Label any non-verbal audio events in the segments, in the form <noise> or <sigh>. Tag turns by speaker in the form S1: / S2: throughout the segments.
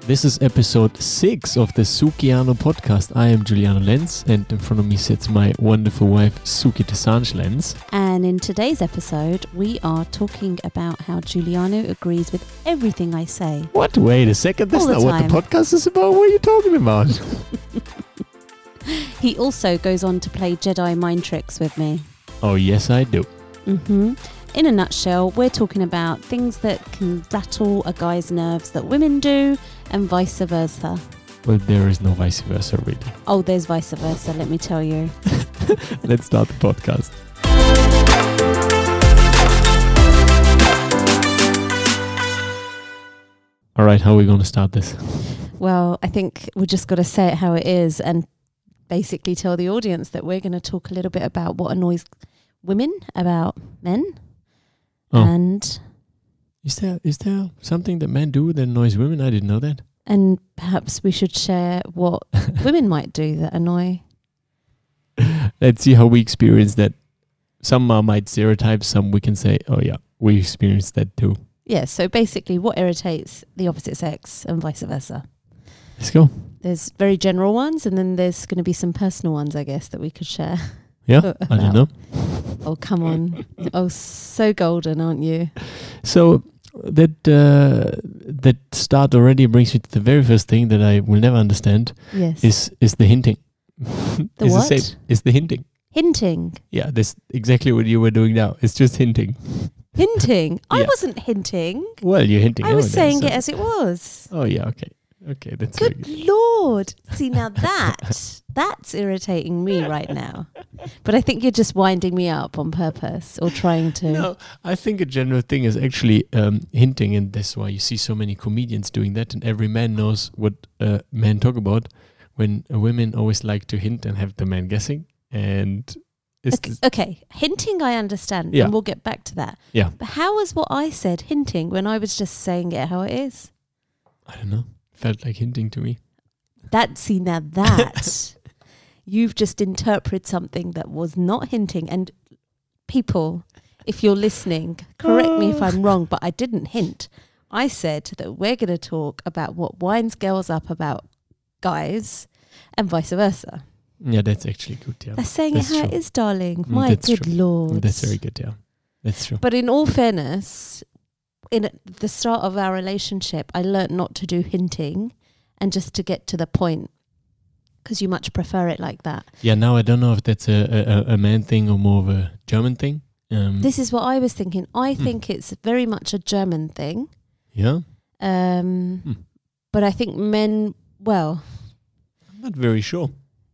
S1: This is episode six of the Sukiano podcast. I am Giuliano Lenz, and in front of me sits my wonderful wife, Suki Desange Lenz.
S2: And in today's episode, we are talking about how Giuliano agrees with everything I say.
S1: What? Wait a second. That's
S2: All the
S1: not what the
S2: time.
S1: podcast is about. What are you talking about?
S2: He also goes on to play Jedi mind tricks with me.
S1: oh, yes, I do.
S2: hmm In a nutshell, we're talking about things that can rattle a guy's nerves that women do, and vice versa.
S1: Well, there is no vice versa, really. <laughs>
S2: Oh, there's vice versa, let me tell you.
S1: Let's start the podcast. All right, how are we going to start this?
S2: Well, I think we just got to say it how it is and basically tell the audience that we're going to talk a little bit about what annoys women about men
S1: Oh.
S2: and
S1: Is there is there something that men do that annoys women? I didn't know that.
S2: and perhaps we should share what
S1: <laughs>
S2: women might do that annoy.
S1: Let's see how we experience that. Some are might stereotypes, some we can say, oh yeah, we experienced that too.
S2: Yeah, so basically what irritates the opposite sex and vice versa.
S1: Let's go.
S2: There's very general ones and then there's going to be some personal ones I guess that we could share. <laughs> Uh,
S1: Yeah, I don't know.
S2: Oh, come on. oh, so golden, aren't you?
S1: So that uh, that start already brings me to the very first thing that I will never understand
S2: Yes.
S1: is is the hinting.
S2: <laughs> The
S1: is
S2: what?
S1: The same, is the hinting.
S2: hinting.
S1: Yeah, that's exactly what you were doing now. It's just hinting.
S2: Hinting.
S1: <laughs>
S2: I
S1: Yeah.
S2: wasn't hinting.
S1: Well, you're hinting.
S2: I was
S1: nowadays,
S2: saying
S1: so-
S2: it as it was.
S1: Oh yeah, okay, okay, that's very
S2: Good lord. See now that <laughs> that's irritating me right now. But I think you're just winding me up on purpose or trying to.
S1: No, I think a general thing is actually um, hinting, and that's why you see so many comedians doing that. And every man knows what uh, men talk about. When uh, women always like to hint and have the man guessing, and it's
S2: Okay, okay. Hinting I understand
S1: Yeah.
S2: and we'll get back to that.
S1: Yeah.
S2: But how was what I said hinting when I was just saying it how it is?
S1: I don't know, felt like hinting to me.
S2: That see now
S1: <laughs>
S2: that you've just interpreted something that was not hinting and people if you're listening, correct me
S1: Oh.
S2: if I'm wrong, but I didn't hint. I said that we're going to talk about what winds girls up about guys and vice versa.
S1: Yeah, that's actually good. Yeah,
S2: That's saying
S1: That's
S2: it how it
S1: true.
S2: is, darling.
S1: Mm,
S2: My
S1: that's
S2: good
S1: true.
S2: lord.
S1: that's very good. Yeah, that's true.
S2: But in all fairness, in the start of our relationship, I learnt not to do hinting and just to get to the point because you much prefer it like that.
S1: Yeah, now I don't know if that's a, a, a- a man thing or more of a German thing. Um,
S2: This is what I was thinking. I
S1: Hmm.
S2: think it's very much a German thing.
S1: yeah,
S2: Um,
S1: Hmm.
S2: But I think men, well,
S1: I'm not very sure.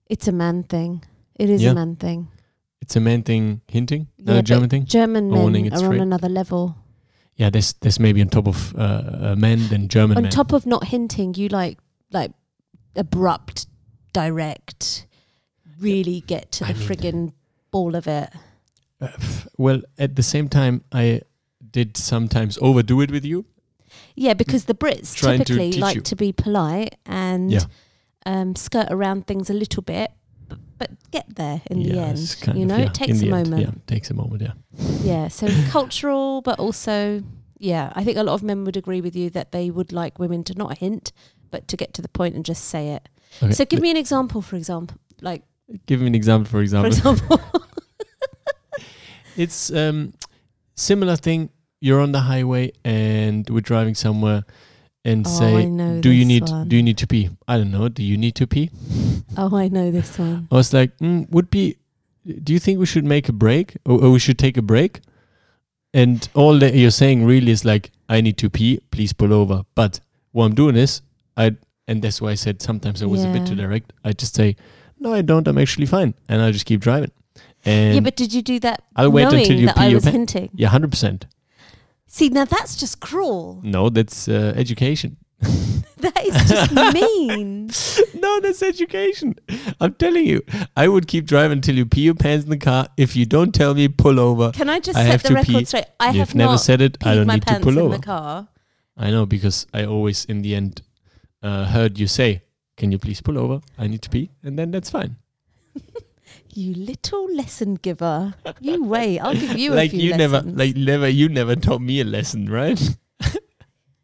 S2: it's a man thing. It is
S1: Yeah.
S2: a man thing.
S1: It's a man thing hinting, not
S2: Yeah,
S1: a
S2: but
S1: German thing.
S2: German
S1: Owning
S2: men
S1: it's
S2: are on
S1: right.
S2: another level.
S1: Yeah, this this maybe on top of uh, uh, men than German
S2: on
S1: men.
S2: top of not hinting, you like like abrupt, direct, really get to
S1: I
S2: the
S1: mean-
S2: friggin' ball of it.
S1: Uh, f- well, at the same time, I did sometimes overdo it with you.
S2: Yeah, because the Brits
S1: Trying to
S2: typically
S1: teach
S2: like
S1: you.
S2: to be polite and
S1: Yeah.
S2: um, skirt around things a little bit, but, but get there in the
S1: it's
S2: end.
S1: kind
S2: You
S1: of,
S2: know,
S1: yeah,
S2: it takes a
S1: in the end,
S2: moment.
S1: yeah, takes a moment. Yeah, <coughs>
S2: Yeah, so cultural, but also, yeah, I think a lot of men would agree with you that they would like women to not hint, but to get to the point and just say it.
S1: Okay,
S2: So give
S1: th-
S2: me an example, for example, like
S1: give me an example. For
S2: for
S1: example, <laughs>
S2: example,
S1: it's um similar thing. You're on the highway and we're driving somewhere, and
S2: Oh, I
S1: say,
S2: know
S1: "Do you
S2: this
S1: need?
S2: one.
S1: Do you need to pee? I don't know. Do you need to pee?
S2: oh, I know this one.
S1: I was like, mm, would be. Do you think we should make a break, or, or we should take a break? And all that you're saying really is like, I need to pee. Please pull over. But what I'm doing is, I and that's why I said sometimes I was a bit too
S2: Yeah.
S1: direct. I just say, no, I don't. I'm actually fine, and I just keep driving. And
S2: yeah, but did you do that
S1: I'll wait
S2: knowing
S1: until you
S2: that
S1: pee
S2: I
S1: your
S2: was
S1: pa-
S2: hinting?
S1: yeah, hundred percent.
S2: See, now that's just cruel. <laughs>
S1: No, that's uh, education. <laughs>
S2: That is just mean.
S1: no, that's education. I'm telling you, I would keep driving until you pee your pants in the car. If you don't tell me, pull over.
S2: Can I just
S1: I have to
S2: set the record
S1: pee.
S2: straight? I
S1: You've
S2: have
S1: never
S2: not
S1: said it. I
S2: peed
S1: don't
S2: my
S1: need to
S2: pants
S1: pull
S2: in
S1: over.
S2: the car.
S1: I know because I always, in the end, uh, heard you say, "Can you please pull over? I need to pee," and then that's fine.
S2: You little lesson giver.
S1: <laughs>
S2: You wait. I'll give you
S1: like
S2: a few
S1: you
S2: lessons.
S1: never,
S2: <laughs>
S1: like never, you never taught me a lesson, right?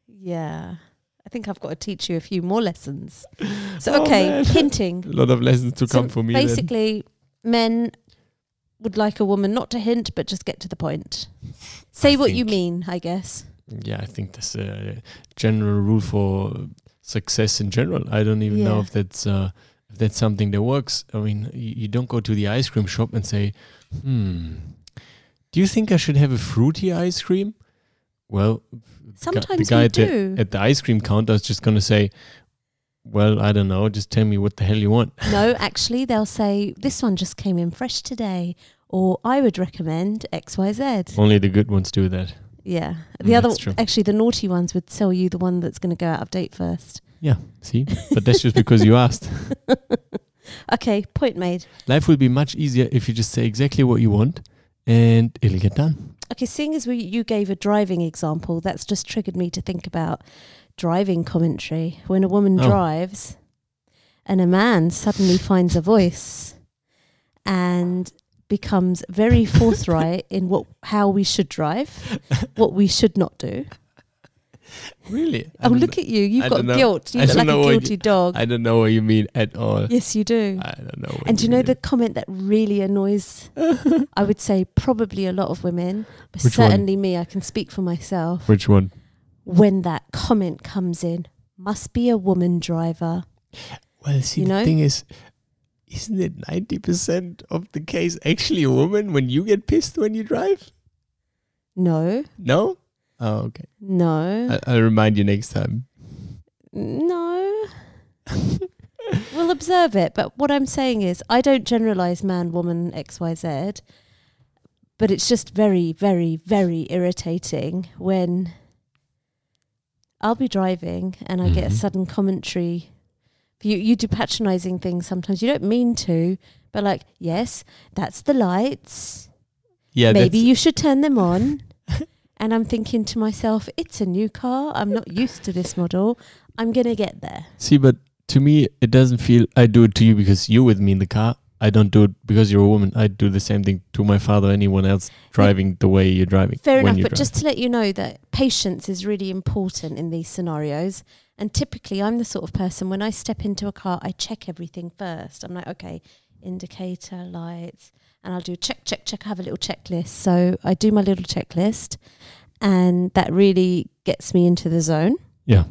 S2: yeah. I think I've got to teach you a few more
S1: <laughs>
S2: lessons. So,
S1: Oh,
S2: okay,
S1: man. <laughs>
S2: hinting.
S1: A lot of lessons to
S2: So
S1: come for me. Then.
S2: Basically, men would like a woman not to hint, but just get to the point. Say what you
S1: think-
S2: mean, I guess.
S1: Yeah, I think that's a general rule for success in general. I don't even know
S2: Yeah.
S1: if that's uh, if that's something that works. I mean, you, you don't go to the ice cream shop and say, "Hmm, do you think I should have a fruity ice cream?" Well,
S2: Sometimes
S1: guy
S2: we
S1: at the-
S2: do.
S1: at the ice cream counter, is just gonna say, "Well, I don't know. Just tell me what the hell you want." <laughs>
S2: no, actually, they'll say, this one just came in fresh today, or I would recommend XYZ.
S1: Only the good ones do that.
S2: Yeah.
S1: Mm,
S2: The other,
S1: that's true.
S2: actually, the naughty ones would tell you the one that's going to go out of date first. <laughs>
S1: Yeah, see, but that's just because you <laughs> asked.
S2: Okay, point made.
S1: Life will be much easier if you just say exactly what you want, and it'll get done.
S2: Okay, seeing as we, you gave a driving example, that's just triggered me to think about driving commentary. When a woman
S1: Oh.
S2: drives and a man suddenly finds a voice and becomes
S1: <laughs>
S2: very forthright in what how we should drive, what we should not do.
S1: <laughs> <laughs> Really?
S2: oh, look at you. You've
S1: I
S2: got
S1: don't know.
S2: guilt. You
S1: I
S2: look
S1: don't
S2: like a
S1: know what you-
S2: guilty dog.
S1: I don't know what you mean at all.
S2: yes, you do.
S1: I don't know. What
S2: and do you know
S1: mean.
S2: the comment that really annoys, I would say, probably a lot of women, but
S1: Which one?
S2: certainly me, I can speak for
S1: <laughs>
S2: myself.
S1: which one?
S2: when that comment comes in. Must be a woman driver.
S1: Well, see,
S2: You
S1: the
S2: know?
S1: thing is, isn't it ninety percent of the case actually a woman when you get pissed when you drive?
S2: No,
S1: No. Oh, okay.
S2: no,
S1: I, I'll remind you next time.
S2: no.
S1: <laughs>
S2: we'll observe it. But what I'm saying is, I don't generalize man, woman, XYZ. But it's just very, very, very irritating when I'll be driving and I get a
S1: Mhm.
S2: sudden commentary. You, you do patronizing things sometimes. You don't mean to, but like, yes, that's the lights.
S1: Yeah,
S2: maybe
S1: that's,
S2: you should turn
S1: <laughs>
S2: them on. and I'm thinking to myself, it's a new car. I'm not used to this model. I'm going to get there.
S1: see, but to me, it doesn't feel. I do it to you because you're with me in the car. I don't do it because you're a woman. I do the same thing to my father, anyone else driving the way you're driving.
S2: Fair
S1: when
S2: enough.
S1: you
S2: But
S1: drive.
S2: just to let you know that patience is really important in these scenarios. And typically, I'm the sort of person when I step into a car, I check everything first. I'm like, okay, indicator, lights. And I'll do check, check, check. I have a little checklist. So I do my little checklist. And that really gets me into the zone.
S1: yeah,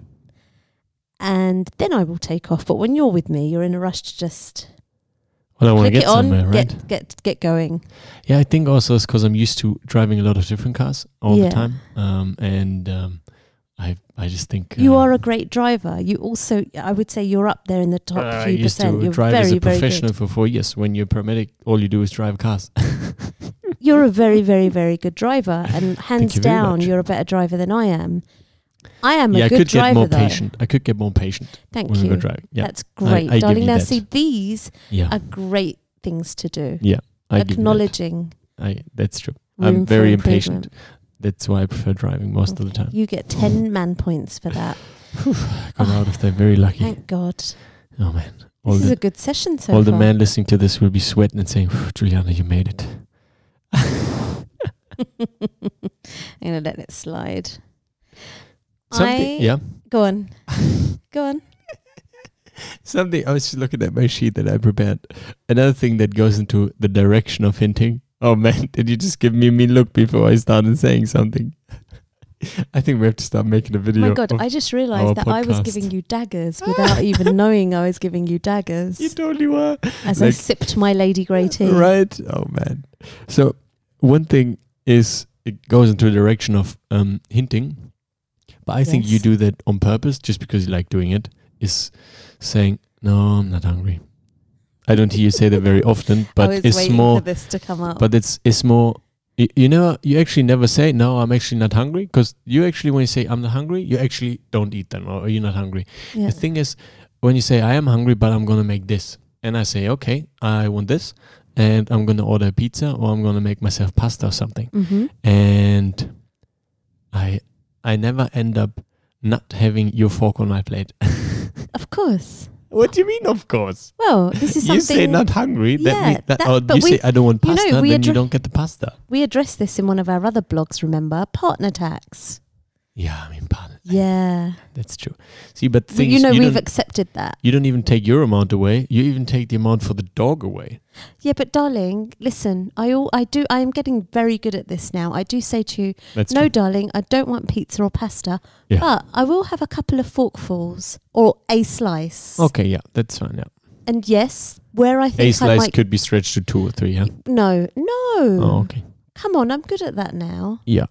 S2: And then I will take off. But when you're with me, you're in a rush to just
S1: well, I want to
S2: click
S1: get
S2: it on,
S1: somewhere, right?
S2: get get get going.
S1: Yeah, I think also it's because I'm used to driving a lot of different cars all
S2: Yeah.
S1: the time, um, and um, I I just think
S2: You
S1: uh,
S2: are a great driver. You also, I would say, you're up there in the top
S1: Uh, I
S2: few
S1: used
S2: percent.
S1: to
S2: You're
S1: drive
S2: very
S1: as a
S2: very
S1: professional for four years. When you're a paramedic, all you do is drive cars.
S2: good. You're a very very very good driver,
S1: <laughs>
S2: and hands
S1: you very
S2: down,
S1: much.
S2: you're a better driver than I am. I am
S1: <laughs> yeah,
S2: a
S1: I
S2: good
S1: could
S2: driver
S1: get more
S2: though.
S1: patient. I could get more patient
S2: Thank
S1: when I
S2: you.
S1: go driving. Yeah,
S2: That's great,
S1: I give
S2: darling.
S1: you
S2: Now
S1: that.
S2: see, these
S1: yeah,
S2: are great things to
S1: I
S2: do.
S1: give you that.
S2: Acknowledging.
S1: I that's true.
S2: Room
S1: I'm very
S2: for
S1: impatient. Mm.
S2: improvement.
S1: That's why I prefer driving most of the time.
S2: You get ten man points for that.
S1: I got out of there
S2: <laughs>
S1: very lucky.
S2: Thank God.
S1: Oh man, all
S2: This is
S1: the
S2: a good session so
S1: all
S2: far.
S1: the men listening to this will be sweating and saying, "Juliana, you made it."
S2: <laughs> I'm gonna let it slide.
S1: Something,
S2: I-
S1: yeah.
S2: Go on. Go
S1: <laughs>
S2: on.
S1: Something I was just looking at my sheet that I prepared. Another thing that goes into the direction of hinting. Oh man, <laughs> did you just give me a mean look before I started saying something? <laughs> I think we have to start making a video.
S2: Oh My God,
S1: of-
S2: I just
S1: our
S2: realised that I was
S1: podcast.
S2: giving you <laughs> daggers without even knowing I was giving you daggers
S1: you totally were
S2: as I
S1: like-
S2: sipped my Lady Grey tea.
S1: right. Oh man. So one thing is it goes into the direction of um, hinting, but I think you
S2: Yes.
S1: do that on purpose just because you like doing it. Is saying no, I'm not hungry. I don't hear you say that very often,
S2: <laughs> I
S1: but
S2: was
S1: it's
S2: waiting
S1: more.
S2: for this to come up.
S1: but it's it's more you, you know you actually never say no i'm actually not hungry because you actually when you say i'm not hungry you actually don't eat them or you're not hungry
S2: yeah.
S1: the thing is when you say i am hungry but i'm gonna make this and i say okay i want this and i'm gonna order a pizza or i'm gonna make myself pasta or something
S2: Mhm.
S1: and i i never end up not having your fork on my plate <laughs>
S2: Of course.
S1: what do you mean of course
S2: Well, this
S1: <laughs>
S2: is
S1: you
S2: something
S1: say not hungry that
S2: Yeah,
S1: means that,
S2: that-
S1: or
S2: but
S1: you
S2: we-
S1: say i don't want
S2: you know,
S1: pasta
S2: we
S1: then you
S2: addre-
S1: don't get the pasta
S2: we addressed this in one of our other blogs. Remember partner tax.
S1: Yeah, I mean, pardon.
S2: Yeah.
S1: That's true. See, but
S2: But
S1: things
S2: you know, we've
S1: don't,
S2: accepted that.
S1: you don't even take your amount away. You even take the amount for the dog away.
S2: Yeah, but darling, listen, I all I do I am getting very good at this now. I do say to you,
S1: That's
S2: no
S1: true.
S2: darling, I don't want pizza or pasta,
S1: Yeah.
S2: but I will have a couple of forkfuls or a slice.
S1: Okay, yeah, that's fine. Yeah,
S2: And yes, where I
S1: Oh. a
S2: think I
S1: slice
S2: might
S1: could be stretched to two or three. Yeah.
S2: No, no. Mm.
S1: Oh, okay.
S2: Come on, I'm good at that now.
S1: Yeah,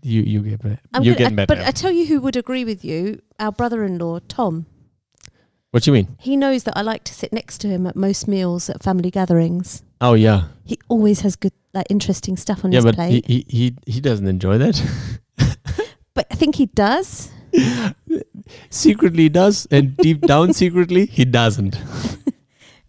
S1: you you get better.
S2: I'm
S1: You're
S2: good
S1: getting
S2: at,
S1: better.
S2: But I tell you who would agree with you, our brother-in-law, Tom.
S1: what do you mean?
S2: He knows that I like to sit next to him at most meals at family gatherings.
S1: Oh yeah,
S2: He always has good like interesting stuff on
S1: yeah,
S2: his
S1: but
S2: plate.
S1: he, he he he doesn't enjoy that. <laughs>
S2: but I think he does.
S1: secretly he does, and deep
S2: <laughs>
S1: down secretly he doesn't.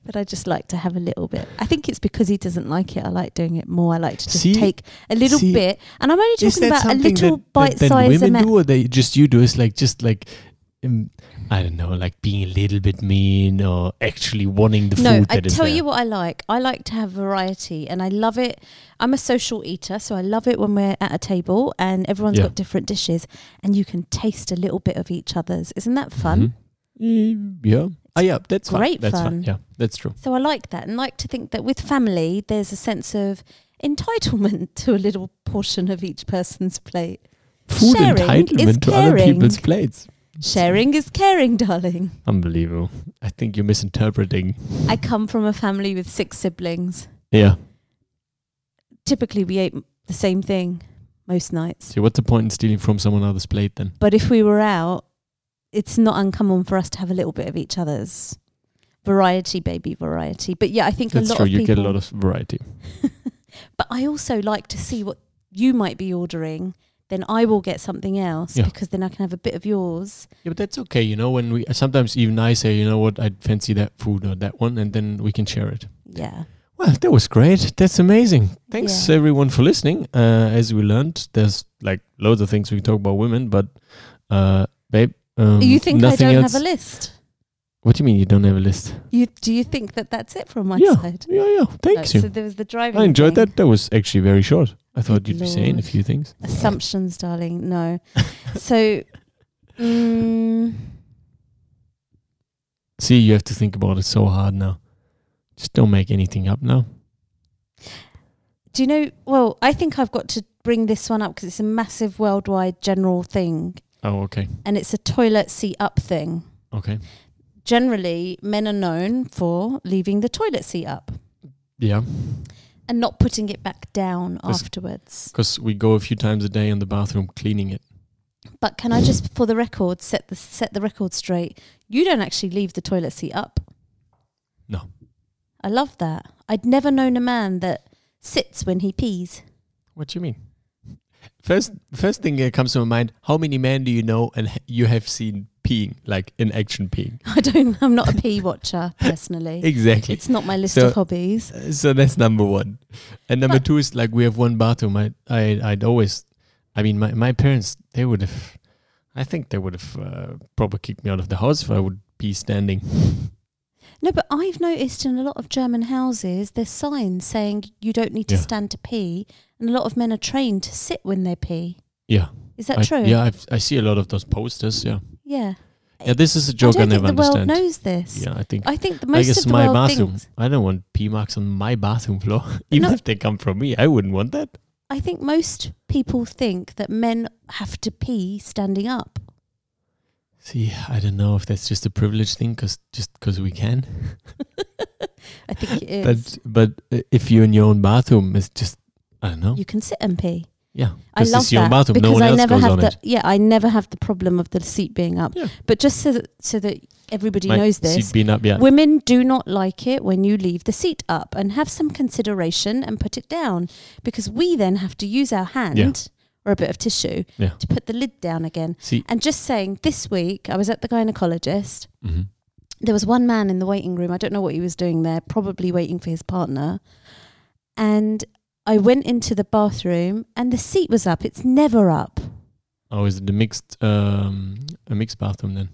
S2: But I just like to have a little bit. I think it's because he doesn't like it. I like doing it more. I like to just
S1: See-
S2: take a little
S1: see,
S2: bit, and I'm only talking about a little
S1: that, that
S2: bite-sized
S1: women
S2: amount.
S1: do, or they just you do? It's like just like. Um, I don't know, like being a little bit mean or actually wanting the
S2: No,
S1: food
S2: I
S1: that is
S2: tell
S1: there.
S2: you what I like. I like to have variety, and I love it. I'm a social eater, so I love it when we're at a table and everyone's
S1: Yeah.
S2: got different dishes, and you can taste a little bit of each other's. Isn't that
S1: Mm-hmm.
S2: fun?
S1: Mm, Yeah. Ah, yeah, that's
S2: great
S1: fine. That's
S2: fun.
S1: fine. Yeah, that's true.
S2: So I like that, and like to think that with family, there's a sense of entitlement <laughs> to a little portion of each person's plate.
S1: Food
S2: Sharing is
S1: entitlement to other
S2: caring.
S1: people's plates.
S2: Sharing is caring, darling.
S1: Unbelievable. I think you're misinterpreting.
S2: I come from a family with six siblings.
S1: Yeah.
S2: Typically, we ate m- the same thing most nights.
S1: See, what's the point in stealing from someone else's plate then?
S2: But if we were out, it's not uncommon for us to have a little bit of each other's variety, baby variety. But yeah, I think
S1: That's
S2: a lot
S1: true.
S2: of
S1: You
S2: people.
S1: get a lot of variety.
S2: but I also like to see what you might be ordering. Then I will get something else
S1: Yeah.
S2: because then I can have a bit of yours.
S1: Yeah, but that's okay. You know, when we sometimes even I say, you know what, I'd fancy that food or that one, and then we can share it.
S2: Yeah.
S1: Well, that was great. That's amazing. Thanks
S2: Yeah.
S1: everyone for listening. Uh, as we learned, there's like loads of things we can talk about women, but uh, babe, um,
S2: you think I
S1: nothing
S2: don't
S1: else-
S2: have a list?
S1: What do you mean you don't have a list?
S2: You do you think that that's it from my
S1: Yeah.
S2: side?
S1: Yeah, yeah.
S2: No,
S1: Thanks
S2: So
S1: you.
S2: there was the driving.
S1: I enjoyed
S2: thing.
S1: that. That was actually very short. I thought you'd be saying a
S2: Lord.
S1: few things.
S2: Assumptions, darling. No. So, mm,
S1: See, you have to think about it so hard now. Just don't make anything up now.
S2: do you know? Well, I think I've got to bring this one up because it's a massive worldwide general thing
S1: Oh, okay.
S2: and it's a toilet seat up thing.
S1: Okay.
S2: Generally, men are known for leaving the toilet seat up
S1: Yeah.
S2: and not putting it back down
S1: That's-
S2: afterwards.
S1: Because we go a few times a day in the bathroom cleaning it.
S2: But can I just, for the record, set the set the record straight? You don't actually leave the toilet seat up.
S1: No.
S2: I love that. I'd never known a man that sits when he pees.
S1: What do you mean? First, first thing that comes to my mind: How many men do you know and ha- you have seen peeing, like in action peeing?
S2: <laughs> I don't. I'm not a pee watcher
S1: <laughs>
S2: personally.
S1: Exactly.
S2: It's not my list
S1: So-
S2: of hobbies.
S1: Uh, so that's number one, and number
S2: But-
S1: two is like we have one bathroom. I, I, I'd always, I mean, my my parents they would have, I think they would have uh, probably kicked me out of the house if I would pee standing. <laughs>
S2: No, but I've noticed in a lot of German houses, there's signs saying you don't need to
S1: Yeah.
S2: stand to pee, and a lot of men are trained to sit when they pee.
S1: Yeah.
S2: Is that
S1: I,
S2: true?
S1: Yeah, I've, I see a lot of those posters. Yeah.
S2: Yeah.
S1: Yeah, this is a
S2: I
S1: joke I,
S2: don't think
S1: never
S2: the world
S1: understand.
S2: knows this.
S1: Yeah, I think.
S2: I think the
S1: I
S2: most
S1: guess
S2: of the
S1: my
S2: world
S1: bathroom.
S2: thinks.
S1: I don't want pee marks on my bathroom floor. <laughs> Even
S2: No.
S1: if they come from me, I wouldn't want that.
S2: I think most people think that men have to pee standing up. <laughs>
S1: See, I don't know if that's just a privilege thing, cause just because we can.
S2: I think it is.
S1: But but uh, if you're in your own bathroom, it's just I don't know.
S2: you can sit and pee.
S1: yeah,
S2: I
S1: 'cause
S2: love
S1: it's your own
S2: that
S1: bathroom.
S2: because
S1: No one
S2: I
S1: else
S2: never
S1: goes
S2: have
S1: on
S2: the
S1: it.
S2: yeah I never have the problem of the seat being up.
S1: Yeah.
S2: But just so that, so that everybody
S1: My
S2: knows
S1: seat
S2: this,
S1: being up, yeah.
S2: women do not like it when you leave the seat up and have some consideration and put it down because we then have to use our hand or a bit of tissue
S1: Yeah.
S2: to put the lid down again.
S1: See,
S2: And just saying, this week I was at the gynecologist.
S1: mhm.
S2: There was one man in the waiting room. I don't know what he was doing there, probably waiting for his partner. And I went into the bathroom and the seat was up. It's never up.
S1: oh, is it a mixed um a mixed bathroom then?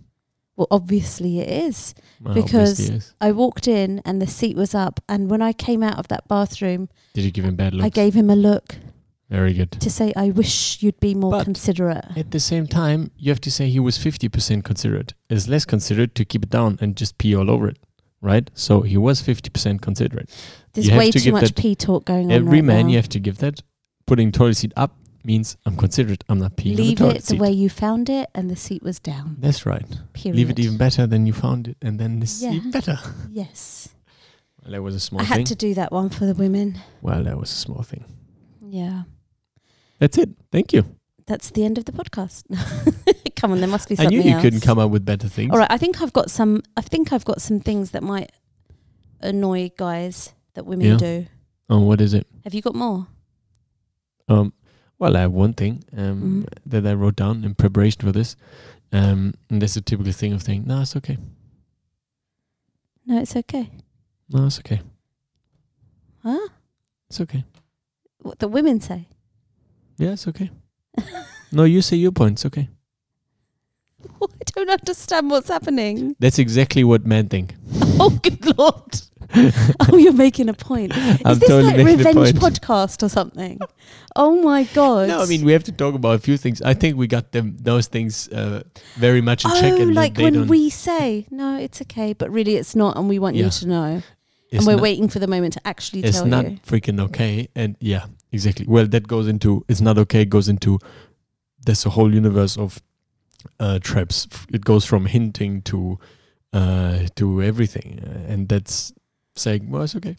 S2: Well, obviously it is.
S1: Well, obviously
S2: Because-
S1: it is.
S2: I walked in and the seat was up. And when I came out of that bathroom,
S1: did you give him bad looks?
S2: I gave him a look.
S1: Very good.
S2: to say, I wish you'd be more
S1: But-
S2: considerate.
S1: At the same time, you have to say he was 50% considerate. It's less considerate to keep it down and just pee all over it, right? So he was 50% considerate.
S2: There's
S1: you have
S2: way
S1: to
S2: too
S1: give
S2: much
S1: that
S2: pee talk going on.
S1: Every
S2: right
S1: man,
S2: now.
S1: you have to give that. Putting toilet seat up means I'm considerate. I'm not peeing
S2: leave
S1: on the toilet
S2: it the
S1: seat.
S2: way you found it, and the seat was down.
S1: That's right.
S2: Period.
S1: Leave it even better than you found it, and then this is
S2: Yeah.
S1: even better.
S2: Yes,
S1: Well, that was a small
S2: I had
S1: thing.
S2: to do that one for the women.
S1: Well, that was a small thing.
S2: Yeah,
S1: That's it. Thank you.
S2: that's the end of the podcast. <laughs> come on, there must be
S1: I
S2: something
S1: knew you
S2: else.
S1: couldn't come up with better things.
S2: All right, I think I've got some. I think I've got some things that might annoy guys that women
S1: Yeah.
S2: do.
S1: Oh, what is it?
S2: Have you got more?
S1: Um, well, I have one thing
S2: Mm-hmm.
S1: um, that I wrote down in preparation for this, um, and that's a typical thing of saying, "No, it's okay.
S2: No, it's okay.
S1: No, it's okay.
S2: Huh?
S1: It's okay.
S2: What the women say?
S1: Yeah, it's okay. no, you say your point. It's okay.
S2: I don't understand what's
S1: <laughs>
S2: happening.
S1: That's exactly what men think.
S2: Oh, good lord! <laughs>
S1: <laughs>
S2: Oh, you're making a point.
S1: I'm
S2: Is this
S1: totally
S2: like
S1: making a
S2: revenge
S1: point.
S2: podcast or something? oh my god!
S1: No, I mean we have to talk about a few things. I think we got them those things uh, very much in check,
S2: oh,
S1: and that
S2: like
S1: they
S2: when
S1: don't.
S2: we say no, it's okay, but really it's not, and we want
S1: Yeah.
S2: you to know,
S1: it's
S2: and we're
S1: not-
S2: waiting for the moment to actually
S1: it's
S2: tell
S1: not
S2: you.
S1: freaking okay and yeah exactly well that goes into it's not okay goes into there's a whole universe of uh traps F- it goes from hinting to uh to everything uh, and that's saying well it's okay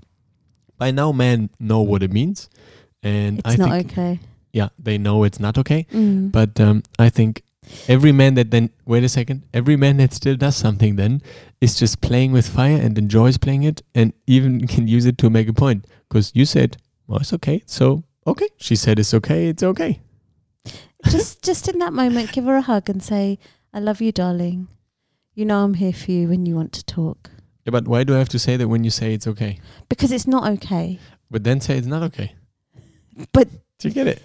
S1: by now men know what it means and
S2: It's
S1: i
S2: not
S1: think
S2: okay.
S1: yeah they know it's not okay
S2: Mm.
S1: but <laughs> um i think every man that then wait a second every man that still does something then is just playing with fire and enjoys playing it and even <laughs> can use it to make a point because you said well it's okay so okay she said it's okay it's okay
S2: just, just in that moment, give her a hug and say, "I love you, darling. You know I'm here for you when you want to talk."
S1: yeah, but why do i have to say that when you say it's okay
S2: Because it's not okay.
S1: but then say it's not okay
S2: But-
S1: do you get it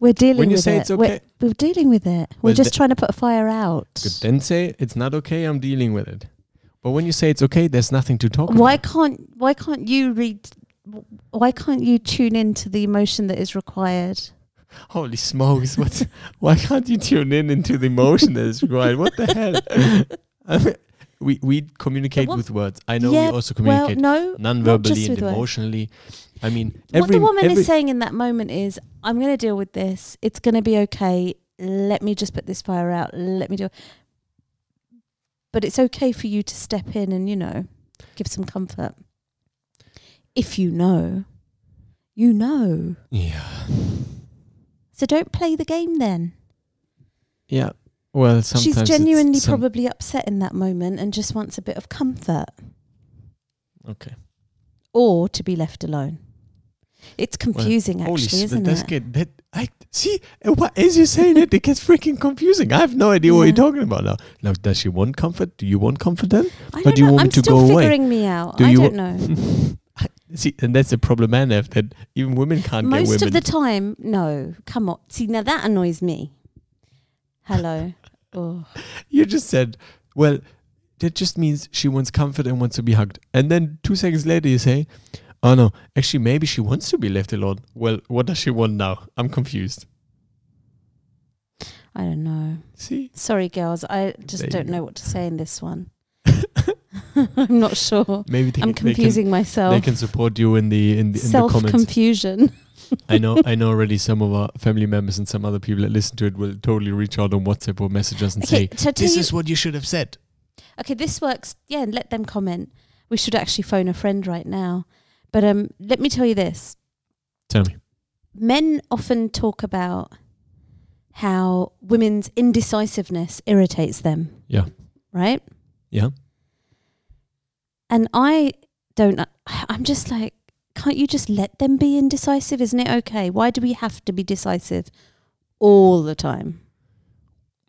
S2: We're dealing
S1: when you
S2: with
S1: say
S2: it.
S1: it's
S2: We're-
S1: okay
S2: We're, dealing with it. We're
S1: Well,
S2: just
S1: the-
S2: trying to put a fire out.
S1: but then say it's not okay i'm dealing with it but when you say it's okay there's nothing to talk
S2: why
S1: about
S2: can't why can't you read why can't you tune in to the emotion that is required
S1: Holy smokes! What? why can't you tune in into the emotion that is required? What the hell? I mean, we we communicate
S2: wo-
S1: with words. I know
S2: Yeah,
S1: we also
S2: well
S1: communicate
S2: no
S1: non-verbally
S2: just
S1: and
S2: with words.
S1: emotionally. I mean,
S2: what
S1: every
S2: the woman
S1: every,
S2: is saying in that moment is i'm going to deal with this it's going to be okay let me just put this fire out let me do but it's okay for you to step in and you know give some comfort if you know you know
S1: yeah,
S2: so don't play the game then
S1: yeah. Well, sometimes
S2: she's
S1: it's
S2: genuinely
S1: some-
S2: probably upset in that moment and just wants a bit of comfort
S1: Okay.
S2: or to be left alone. It's confusing,
S1: Holy
S2: actually,
S1: shit!
S2: isn't
S1: That's
S2: it?
S1: good. That I see. uh, What, as you're saying it, it gets freaking confusing. I have no idea what
S2: Yeah.
S1: you're talking about now. Now, does she want comfort? Do you want comfort
S2: <laughs>
S1: then? <laughs> But
S2: I don't
S1: do you
S2: know.
S1: want
S2: I'm
S1: me to
S2: still
S1: go away?
S2: figuring me out.
S1: Do
S2: I
S1: you
S2: don't know.
S1: See, and that's the problem men have that even women can't get
S2: Most
S1: women.
S2: of the time, no. Come on. See, now that annoys me.
S1: <laughs>
S2: Hello. oh.
S1: You just said, well, that just means she wants comfort and wants to be hugged. And then two seconds later, you say, oh no, actually, maybe she wants to be left alone. Well, what does she want now? I'm confused.
S2: I don't know.
S1: See?
S2: Sorry, girls. I just
S1: There you
S2: don't
S1: go.
S2: know what to say in
S1: <laughs>
S2: this one. <laughs> I'm not sure.
S1: Maybe they,
S2: I'm
S1: they
S2: confusing
S1: Can, they
S2: myself.
S1: can support you in the in the, in the
S2: Self
S1: comments.
S2: confusion.
S1: I know I know already some of our family members and some other people that listen to it will totally reach out on WhatsApp or message us and
S2: Okay,
S1: say
S2: so I tell
S1: this
S2: you-
S1: is what you should have said.
S2: okay, this works. Yeah, and let them comment. We should actually phone a friend right now. But um, let me tell you this.
S1: Tell me.
S2: men often talk about how women's indecisiveness irritates them.
S1: Yeah.
S2: Right?
S1: Yeah.
S2: And I don't, I'm just like, can't you just let them be indecisive? Isn't it okay? Why do we have to be decisive all the time?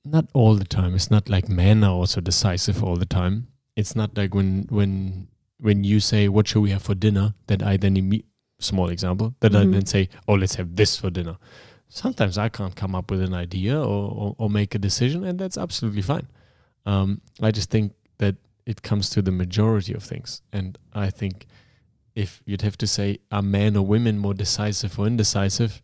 S1: not all the time. It's not like men are also decisive all the time. It's not like when when when you say what should we have for dinner that I then imme- small example that
S2: Mhm.
S1: I then say oh let's have this for dinner. Sometimes I can't come up with an idea or or, or make a decision, and that's absolutely fine. Um, I just think that it comes to the majority of things, and I think if you'd have to say are men or women more decisive or indecisive,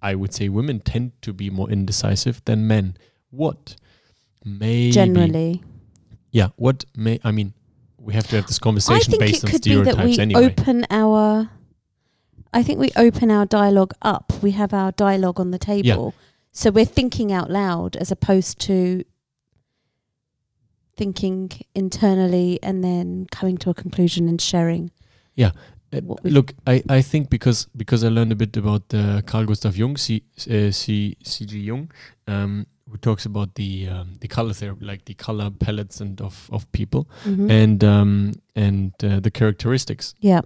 S1: I would say women tend to be more indecisive than men. What may
S2: generally.
S1: yeah, what may I mean? We have to have this
S2: I
S1: conversation
S2: think
S1: based
S2: it
S1: on
S2: could be that
S1: stereotypes
S2: we
S1: anyway.
S2: open our. I think we open our dialogue up. We have our dialogue on the table, so we're thinking out loud as opposed to thinking internally and then coming to a conclusion and sharing.
S1: Uh,
S2: what we-
S1: Look, I, I think because because I learned a bit about uh, Carl Gustav Jung, C, uh, C, C.G. Jung, um, who talks about the um, the color therapy, like the color palettes and of, of people
S2: Mhm.
S1: and um, and uh, the characteristics
S2: yeah,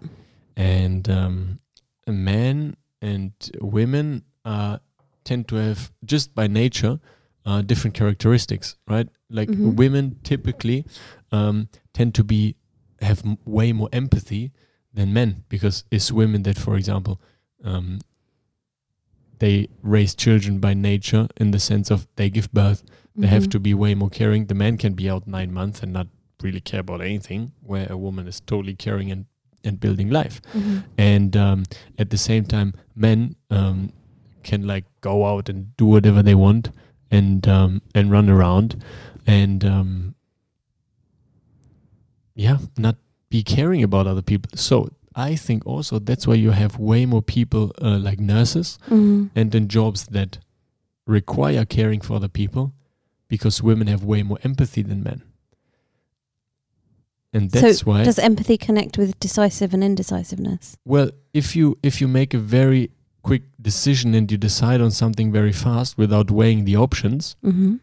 S1: and um, men and women uh, tend to have just by nature uh, different characteristics, right? Like
S2: Mhm.
S1: women typically um, tend to be have m- way more empathy than men because it's women that, for example, um, they raise children by nature in the sense of they give birth they have
S2: Mhm.
S1: to be way more caring. The man can be out nine months and not really care about anything, where a woman is totally caring and, and building life.
S2: Mhm.
S1: And um, at the same time, men um, can like go out and do whatever they want and um, and run around and um, yeah, not be caring about other people. So I think also that's why you have way more people uh, like nurses
S2: Mhm.
S1: and in jobs that require caring for other people because women have way more empathy than men. And
S2: So
S1: that's why
S2: Does empathy connect with decisive and indecisiveness?
S1: well, if you if you make a very quick decision and you decide on something very fast without weighing the options,
S2: Mm-hmm.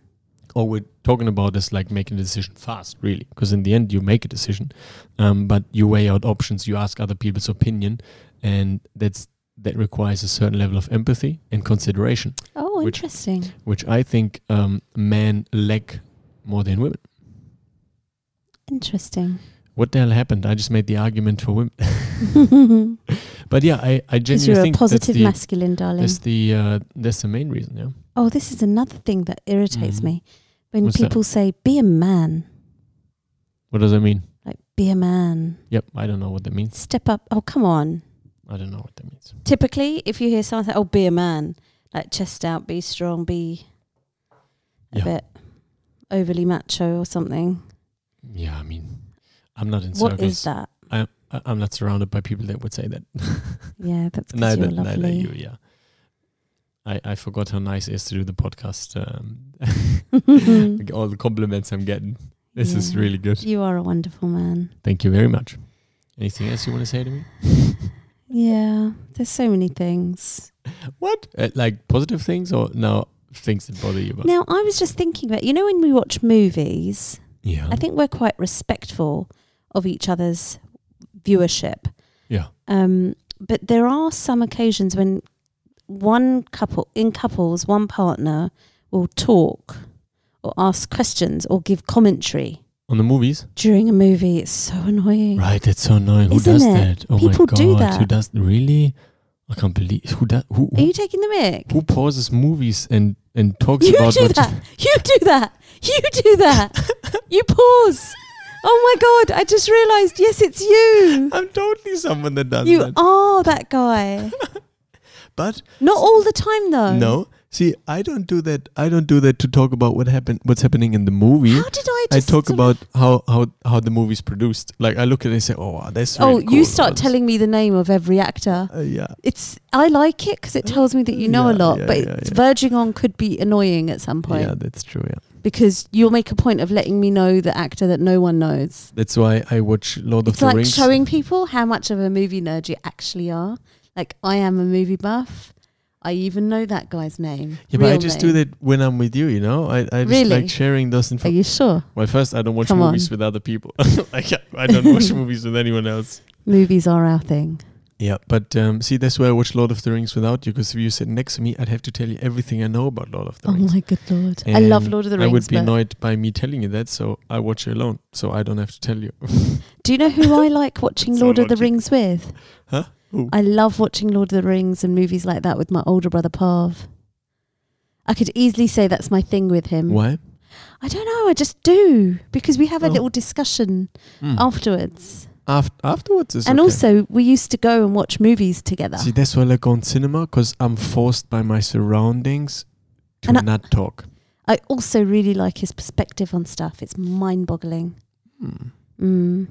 S1: all we're talking about is like making a decision fast, really, because in the end you make a decision, um, but you weigh out options, you ask other people's opinion, and that's that requires a certain level of empathy and consideration.
S2: Oh,
S1: Which-
S2: interesting.
S1: which I think um, men lack more than women.
S2: Interesting.
S1: What the hell happened? I just made the argument for women, <laughs> but yeah, I I
S2: Because
S1: genuinely
S2: you're a
S1: think
S2: positive
S1: that's
S2: masculine,
S1: the
S2: darling.
S1: that's the uh, that's the main reason. Yeah,
S2: Oh, this is another thing that irritates
S1: Mhm.
S2: me when
S1: What's that?
S2: people say, be a man,
S1: what does that mean?
S2: like, be a man,
S1: Yep, I don't know what that means.
S2: step up. Oh, come on.
S1: I don't know what that means.
S2: Typically, if you hear someone say, oh, be a man, like, chest out, be strong, be a
S1: Yeah.
S2: bit overly macho or something.
S1: Yeah, I mean, I'm not in
S2: What is
S1: circles. I,
S2: that?
S1: I'm not surrounded by people that would say that.
S2: Yeah, that's 'cause
S1: neither,
S2: you're lovely.
S1: neither you. Yeah, I I forgot how nice it is to do the podcast. Um, <laughs> all the compliments I'm getting. This is
S2: Mm-hmm. Yeah.
S1: really good.
S2: <laughs> You are a wonderful man.
S1: Thank you very much. Anything else you want to say to me?
S2: Yeah, there's so many things.
S1: What? Uh, like positive things or no things that bother you? But
S2: Now, I was just thinking about, you know, when we watch movies,
S1: yeah,
S2: I think we're quite respectful of each other's viewership.
S1: Yeah.
S2: Um, but there are some occasions when one couple, in couples, one partner will talk or ask questions or give commentary
S1: on the movies.
S2: during a movie. It's so annoying.
S1: Right, that's so annoying.
S2: Isn't
S1: who does
S2: it?
S1: that? Oh
S2: People
S1: my god,
S2: do
S1: who
S2: that.
S1: does really? I can't believe who does who
S2: Are
S1: who,
S2: you taking the mic?
S1: who pauses movies and and talks
S2: You
S1: about
S2: do
S1: what
S2: that. You do that. You
S1: <laughs>
S2: do that. you pause. Oh my God, I just realised, yes, it's you.
S1: I'm totally someone that does
S2: You
S1: that.
S2: are that guy.
S1: But
S2: Not all the time though.
S1: no, see, I don't do that. I don't do that to talk about what happened, what's happening in the movie.
S2: How did I
S1: I
S2: just
S1: talk
S2: sort
S1: about
S2: of-
S1: how, how how the movie's produced. Like I look at it and say, "Oh, wow, that's."
S2: Oh,
S1: really
S2: you
S1: cool.
S2: start
S1: That's-
S2: telling me the name of every actor.
S1: Uh, yeah,
S2: It's I like it because it tells me that you know a
S1: Mm. Yeah,
S2: lot,
S1: yeah,
S2: but
S1: yeah,
S2: it's
S1: yeah.
S2: verging on could be annoying at some point
S1: yeah, that's true. Yeah.
S2: because you'll make a point of letting me know the actor that no one knows.
S1: That's why I watch Lord of
S2: It's
S1: the
S2: like
S1: Rings.
S2: showing people how much of a movie nerd you actually are. Like I am a movie buff. I even know that guy's name.
S1: yeah, but I
S2: real
S1: just
S2: name.
S1: do that when I'm with you. You know, I, I just
S2: Really?
S1: like sharing those
S2: Are
S1: information.
S2: you sure?
S1: Well, first, I don't watch
S2: Come
S1: movies
S2: on.
S1: with other people. <laughs> like, I- I don't
S2: <laughs>
S1: watch movies with anyone else.
S2: Movies are our thing.
S1: Yeah, but um, see, that's why I watch Lord of the Rings without you. Because if you sit next to me, I'd have to tell you everything I know about Lord of the
S2: Oh
S1: Rings.
S2: my good lord! I love
S1: And
S2: Lord of the Rings.
S1: I would be
S2: but-
S1: annoyed by me telling you that, so I watch it alone, so I don't have to tell you.
S2: Do you know who I
S1: <laughs>
S2: like watching
S1: So
S2: Lord of the
S1: logical.
S2: Rings with?
S1: Huh? Who?
S2: I love watching Lord of the Rings and movies like that with my older brother Parv. I could easily say that's my thing with him.
S1: Why?
S2: I don't know, I just do because we have a
S1: Oh.
S2: little discussion
S1: Mm.
S2: afterwards.
S1: Af- afterwards is
S2: Oh. and
S1: okay.
S2: also, we used to go and watch movies together.
S1: See, that's why I like on cinema because I'm forced by my surroundings to
S2: And I-
S1: not talk.
S2: I also really like his perspective on stuff. It's mind boggling.
S1: Hmm.
S2: Mm.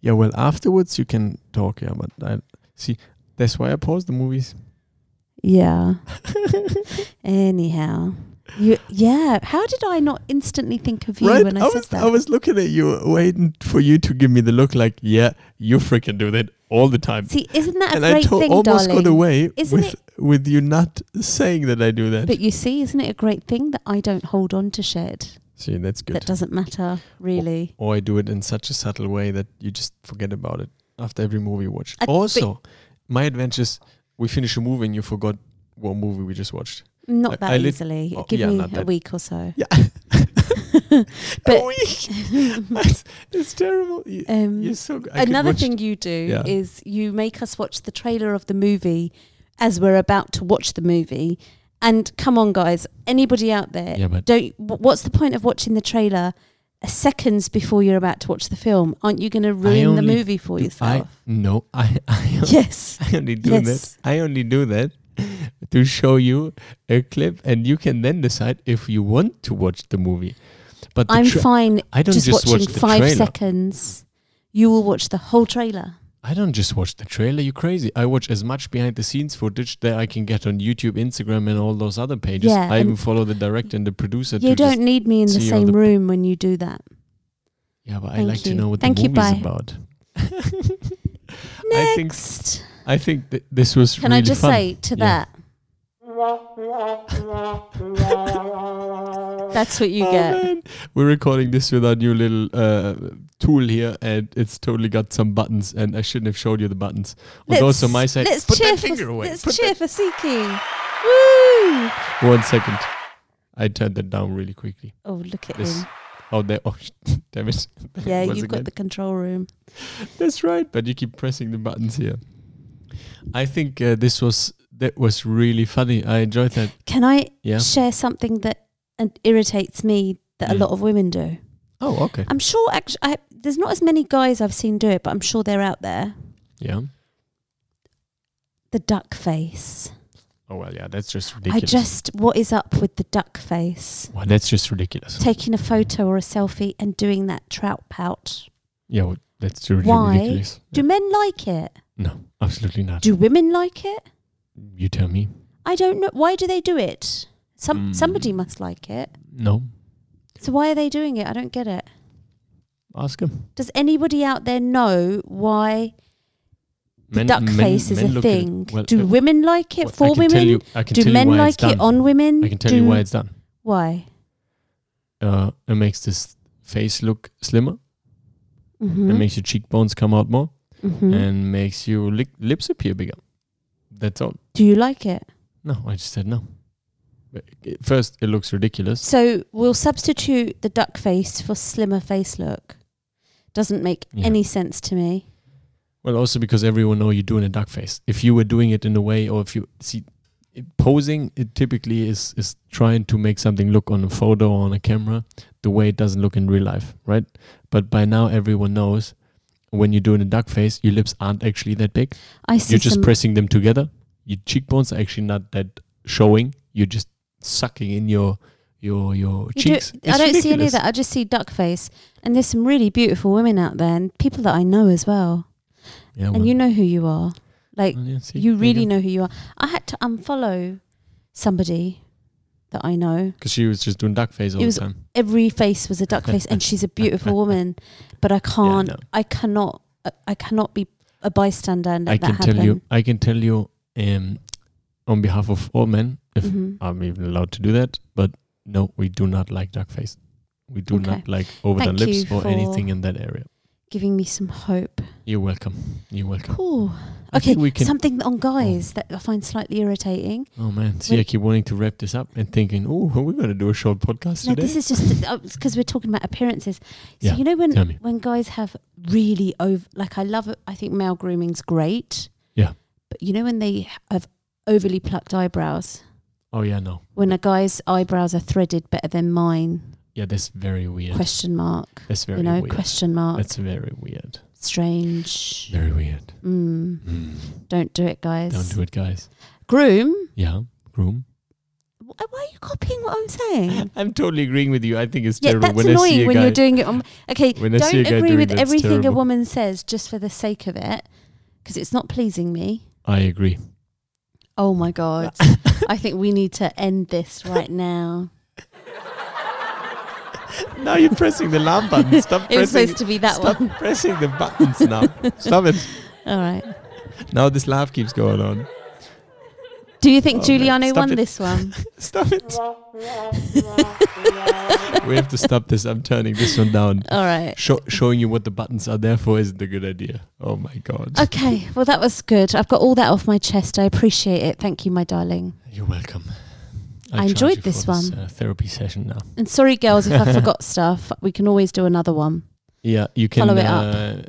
S1: Yeah, well, afterwards you can talk. Yeah, but I see. That's why I pause the movies. <laughs>
S2: Yeah. Anyhow, you yeah. How did I not instantly think of you
S1: right?
S2: when I,
S1: I
S2: said
S1: was
S2: that?
S1: I was looking at you, waiting for you to give me the look. Like, yeah, you freaking do that all the time.
S2: See, isn't <laughs> that a
S1: and I
S2: great
S1: to-
S2: thing,
S1: almost
S2: darling?
S1: got away
S2: Isn't
S1: with with you not saying that I do that.
S2: But you see, isn't it a great thing that I don't hold on to shit
S1: see, that's good.
S2: that doesn't matter really?
S1: or I do it in such a subtle way that you just forget about it after every movie you watched.
S2: I- but-
S1: also, my adventures. We finish a movie and you forgot what movie we just watched.
S2: Not
S1: I-
S2: that
S1: I lit-
S2: easily.
S1: Oh,
S2: Give
S1: yeah,
S2: me a
S1: not that-
S2: week or so.
S1: <laughs> Yeah. <laughs>
S2: But-
S1: it's, Oh, it's terrible. You,
S2: Um,
S1: are so. g- I could
S2: Another
S1: watch-
S2: thing you do
S1: Yeah.
S2: is you make us watch the trailer of the movie as we're about to watch the movie. And come on, guys, anybody out there,
S1: Yeah, but
S2: don't. wh- What's the point of watching the trailer seconds before you're about to watch the film? Aren't you going to ruin the
S1: only
S2: movie for
S1: do I
S2: yourself?
S1: no. I I,
S2: <laughs> yes.
S1: I only do
S2: Yes.
S1: that. I only do that to show you a clip, and you can then decide if you want to watch the movie. But <laughs> the
S2: I'm
S1: tra-
S2: fine
S1: I don't
S2: just,
S1: just,
S2: watching
S1: watch the
S2: five
S1: trailer.
S2: seconds. You will watch the whole trailer.
S1: I don't just watch the trailer. You crazy? I watch as much behind the scenes footage that I can get on YouTube, Instagram, and all those other pages.
S2: Yeah,
S1: I
S2: and-
S1: even follow the director and the producer.
S2: you
S1: to just-
S2: don't need me in the
S1: see all
S2: same
S1: the-
S2: room when you do that.
S1: yeah, but I
S2: Thank
S1: like to
S2: you.
S1: know what
S2: Thank you,
S1: the movie's
S2: bye.
S1: about. <laughs> I think
S2: Next.
S1: I think th- this was.
S2: Can I
S1: really
S2: just
S1: fun.
S2: <laughs> say to
S1: Yeah.
S2: that? That's what you
S1: Oh,
S2: get.
S1: man. We're recording this with our new little uh, tool here, and it's totally got some buttons, and I shouldn't have showed you the buttons. On those on my side,
S2: Let's
S1: put
S2: cheer
S1: that finger
S2: for,
S1: away.
S2: Let's
S1: Put
S2: cheer for Siki. Woo!
S1: that- One second. I turned that down really quickly.
S2: Oh, look at
S1: This.
S2: him.
S1: Oh, there. Oh, <laughs> damn it.
S2: Yeah,
S1: Once
S2: you've got
S1: again.
S2: the control room.
S1: That's right. But you keep pressing the buttons here. I think uh, this was that was really funny. I enjoyed that.
S2: Can I
S1: Yeah.
S2: share something that uh, irritates me that a
S1: Mm.
S2: lot of women do?
S1: Oh, okay.
S2: I'm sure actually, I, there's not as many guys I've seen do it, but I'm sure they're out there.
S1: Yeah.
S2: The duck face.
S1: Oh well, yeah. That's just
S2: I
S1: ridiculous.
S2: just, what is up with the duck face?
S1: well, that's just ridiculous.
S2: Taking a photo or a selfie and doing that trout pout.
S1: Yeah, well, that's really
S2: Why
S1: ridiculous.
S2: Do men like it?
S1: no, absolutely not.
S2: Do women like it?
S1: you tell me.
S2: I don't know. Why do they do it? Some
S1: Mm.
S2: somebody must like it.
S1: No,
S2: So why are they doing it? I don't get it.
S1: ask him.
S2: Does anybody out there know why the duck face is a thing? do women like it for women?
S1: uh, I can
S2: do
S1: tell
S2: men
S1: you why
S2: like
S1: it's done.
S2: it on women?
S1: I can tell
S2: do,
S1: you why it's done.
S2: Why?
S1: Uh, it makes this face look slimmer.
S2: Mm-hmm.
S1: It makes your cheekbones come out more,
S2: hmm
S1: and makes your li- lips appear bigger. That's all.
S2: do you like it?
S1: No, I just said no. But it- First, it looks ridiculous.
S2: So we'll substitute the duck face for slimmer face look. Doesn't make
S1: Yeah.
S2: any sense to me.
S1: Well, also because everyone know you're doing a duck face. If you were doing it in a way, or if you see it, posing, it typically is is trying to make something look on a photo or on a camera the way it doesn't look in real life, right? But by now, everyone knows when you're doing a duck face, your lips aren't actually that big.
S2: I see
S1: You're just
S2: some-
S1: pressing them together. Your cheekbones are actually not that showing. You're just sucking in your your your
S2: You do-
S1: cheeks.
S2: I
S1: It's
S2: don't see any of
S1: ridiculous.
S2: that. I just see duck face. And there's some really beautiful women out there and people that I know as well.
S1: Yeah, oh,
S2: And you know who you are. Like, you really know who you are. I had to unfollow somebody that I know.
S1: because she was just doing duck face all
S2: was
S1: the time.
S2: Every face was a
S1: <laughs>
S2: duck face and she's a beautiful woman. But I can't,
S1: no.
S2: I cannot, I- I cannot be a bystander and let
S1: I
S2: that
S1: can
S2: happen.
S1: tell you, I can tell you, um, on behalf of all men, if
S2: Mhm.
S1: I'm even allowed to do that, but no, we do not like duck face. We do
S2: Okay.
S1: not like overdone
S2: Thank
S1: lips
S2: you
S1: or anything
S2: for-
S1: in that area.
S2: Giving me some hope.
S1: You're welcome. You're welcome.
S2: Ooh.
S1: I
S2: Okay,
S1: think we can-
S2: something on guys that I find slightly irritating.
S1: Oh man, see, I
S2: Wait.
S1: keep wanting to wrap this up and thinking, oh, we're going to do a short podcast
S2: No,
S1: today.
S2: this is just because we're talking about appearances. So
S1: Yeah,
S2: you know when
S1: tell me.
S2: when guys have really over like I love it. I think male grooming's great.
S1: Yeah.
S2: But you know when they have overly plucked eyebrows,
S1: oh yeah, no,
S2: when a guy's eyebrows are threaded better than mine?
S1: yeah, that's very weird.
S2: Question mark.
S1: That's very
S2: you know,
S1: weird.
S2: question mark.
S1: That's very weird.
S2: strange.
S1: Very weird.
S2: Mm, don't do it, guys.
S1: Don't do it, guys.
S2: Groom.
S1: Yeah, groom.
S2: Why why are you copying what I'm saying?
S1: <laughs> I'm totally agreeing with you. I think it's
S2: Mm. Yeah,
S1: terrible
S2: that's
S1: when I see
S2: annoying
S1: a
S2: when
S1: guy.
S2: you're doing it on. Okay,
S1: When I see
S2: don't
S1: a guy
S2: agree
S1: doing
S2: with
S1: that, it's
S2: everything a
S1: terrible.
S2: woman says just for the sake of it, because it's not pleasing me.
S1: I agree.
S2: Oh my god!
S1: <laughs>
S2: I think we need to end this right now.
S1: now you're pressing the alarm <laughs> button. Stop
S2: It was
S1: pressing.
S2: supposed to be that
S1: stop
S2: one.
S1: pressing the buttons now. stop it.
S2: All right.
S1: Now this laugh keeps going on.
S2: Do you think
S1: Oh, man,
S2: Giuliano
S1: stop
S2: won
S1: it.
S2: this one?
S1: Stop it. <laughs> we have to stop this. I'm turning this one down.
S2: All right.
S1: Show, showing you what the buttons are there for isn't a good idea. Oh my god.
S2: Okay. Well, that was good. I've got all that off my chest. I appreciate it. Thank you, my darling.
S1: You're welcome.
S2: I
S1: charge
S2: enjoyed
S1: you
S2: this
S1: for
S2: one.
S1: uh, therapy session now.
S2: And sorry, girls, if I
S1: <laughs>
S2: forgot stuff. We can always do another one.
S1: Yeah, you can
S2: Follow it
S1: uh,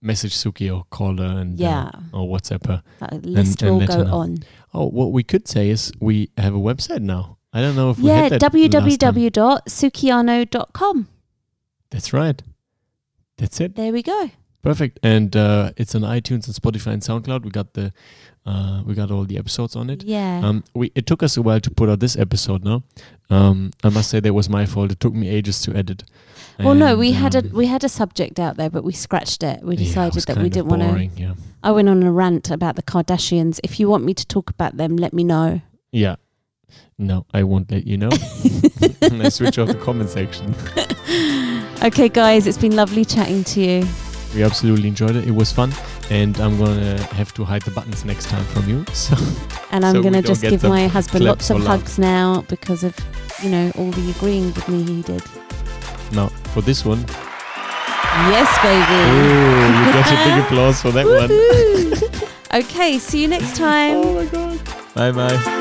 S1: message Suki or call her and uh,
S2: Yeah.
S1: or WhatsApp her.
S2: That list
S1: and
S2: will
S1: let her
S2: go
S1: know.
S2: on.
S1: Oh, what we could say is we have a website now. I don't know if we
S2: Yeah.
S1: had that last time.
S2: www.sukiano.com.
S1: That's right. That's it.
S2: There we go.
S1: Perfect. And uh, it's on iTunes and Spotify and SoundCloud. We got the uh, we got all the episodes on it.
S2: Yeah.
S1: Um, we it took us a while to put out this episode. Now, um, I must say that was my fault. It took me ages to edit.
S2: well, no,
S1: And,
S2: we had a
S1: um,
S2: we had a subject out there, but we scratched it. We
S1: yeah, it
S2: decided
S1: was
S2: that we
S1: kind of
S2: didn't want to.
S1: boring, Yeah.
S2: I went on a rant about the Kardashians. If you want me to talk about them, let me
S1: <laughs>
S2: know.
S1: Yeah. No, I won't let you
S2: <laughs>
S1: know. <laughs> I switch off the comment section.
S2: Okay, guys, it's been lovely chatting to you.
S1: We absolutely enjoyed it. It was fun, and I'm gonna have to hide the buttons next time from you. <laughs> So
S2: And I'm
S1: So we
S2: going to
S1: don't
S2: just
S1: get
S2: give
S1: some
S2: my husband
S1: claps
S2: lots of
S1: or love.
S2: hugs now because of, you know, all the agreeing with me he did.
S1: now for this one,
S2: Yes,
S1: oh,
S2: baby.
S1: you got a
S2: <laughs>
S1: big applause for that one.
S2: Woohoo. okay, see you next time.
S1: Oh my god. Bye bye.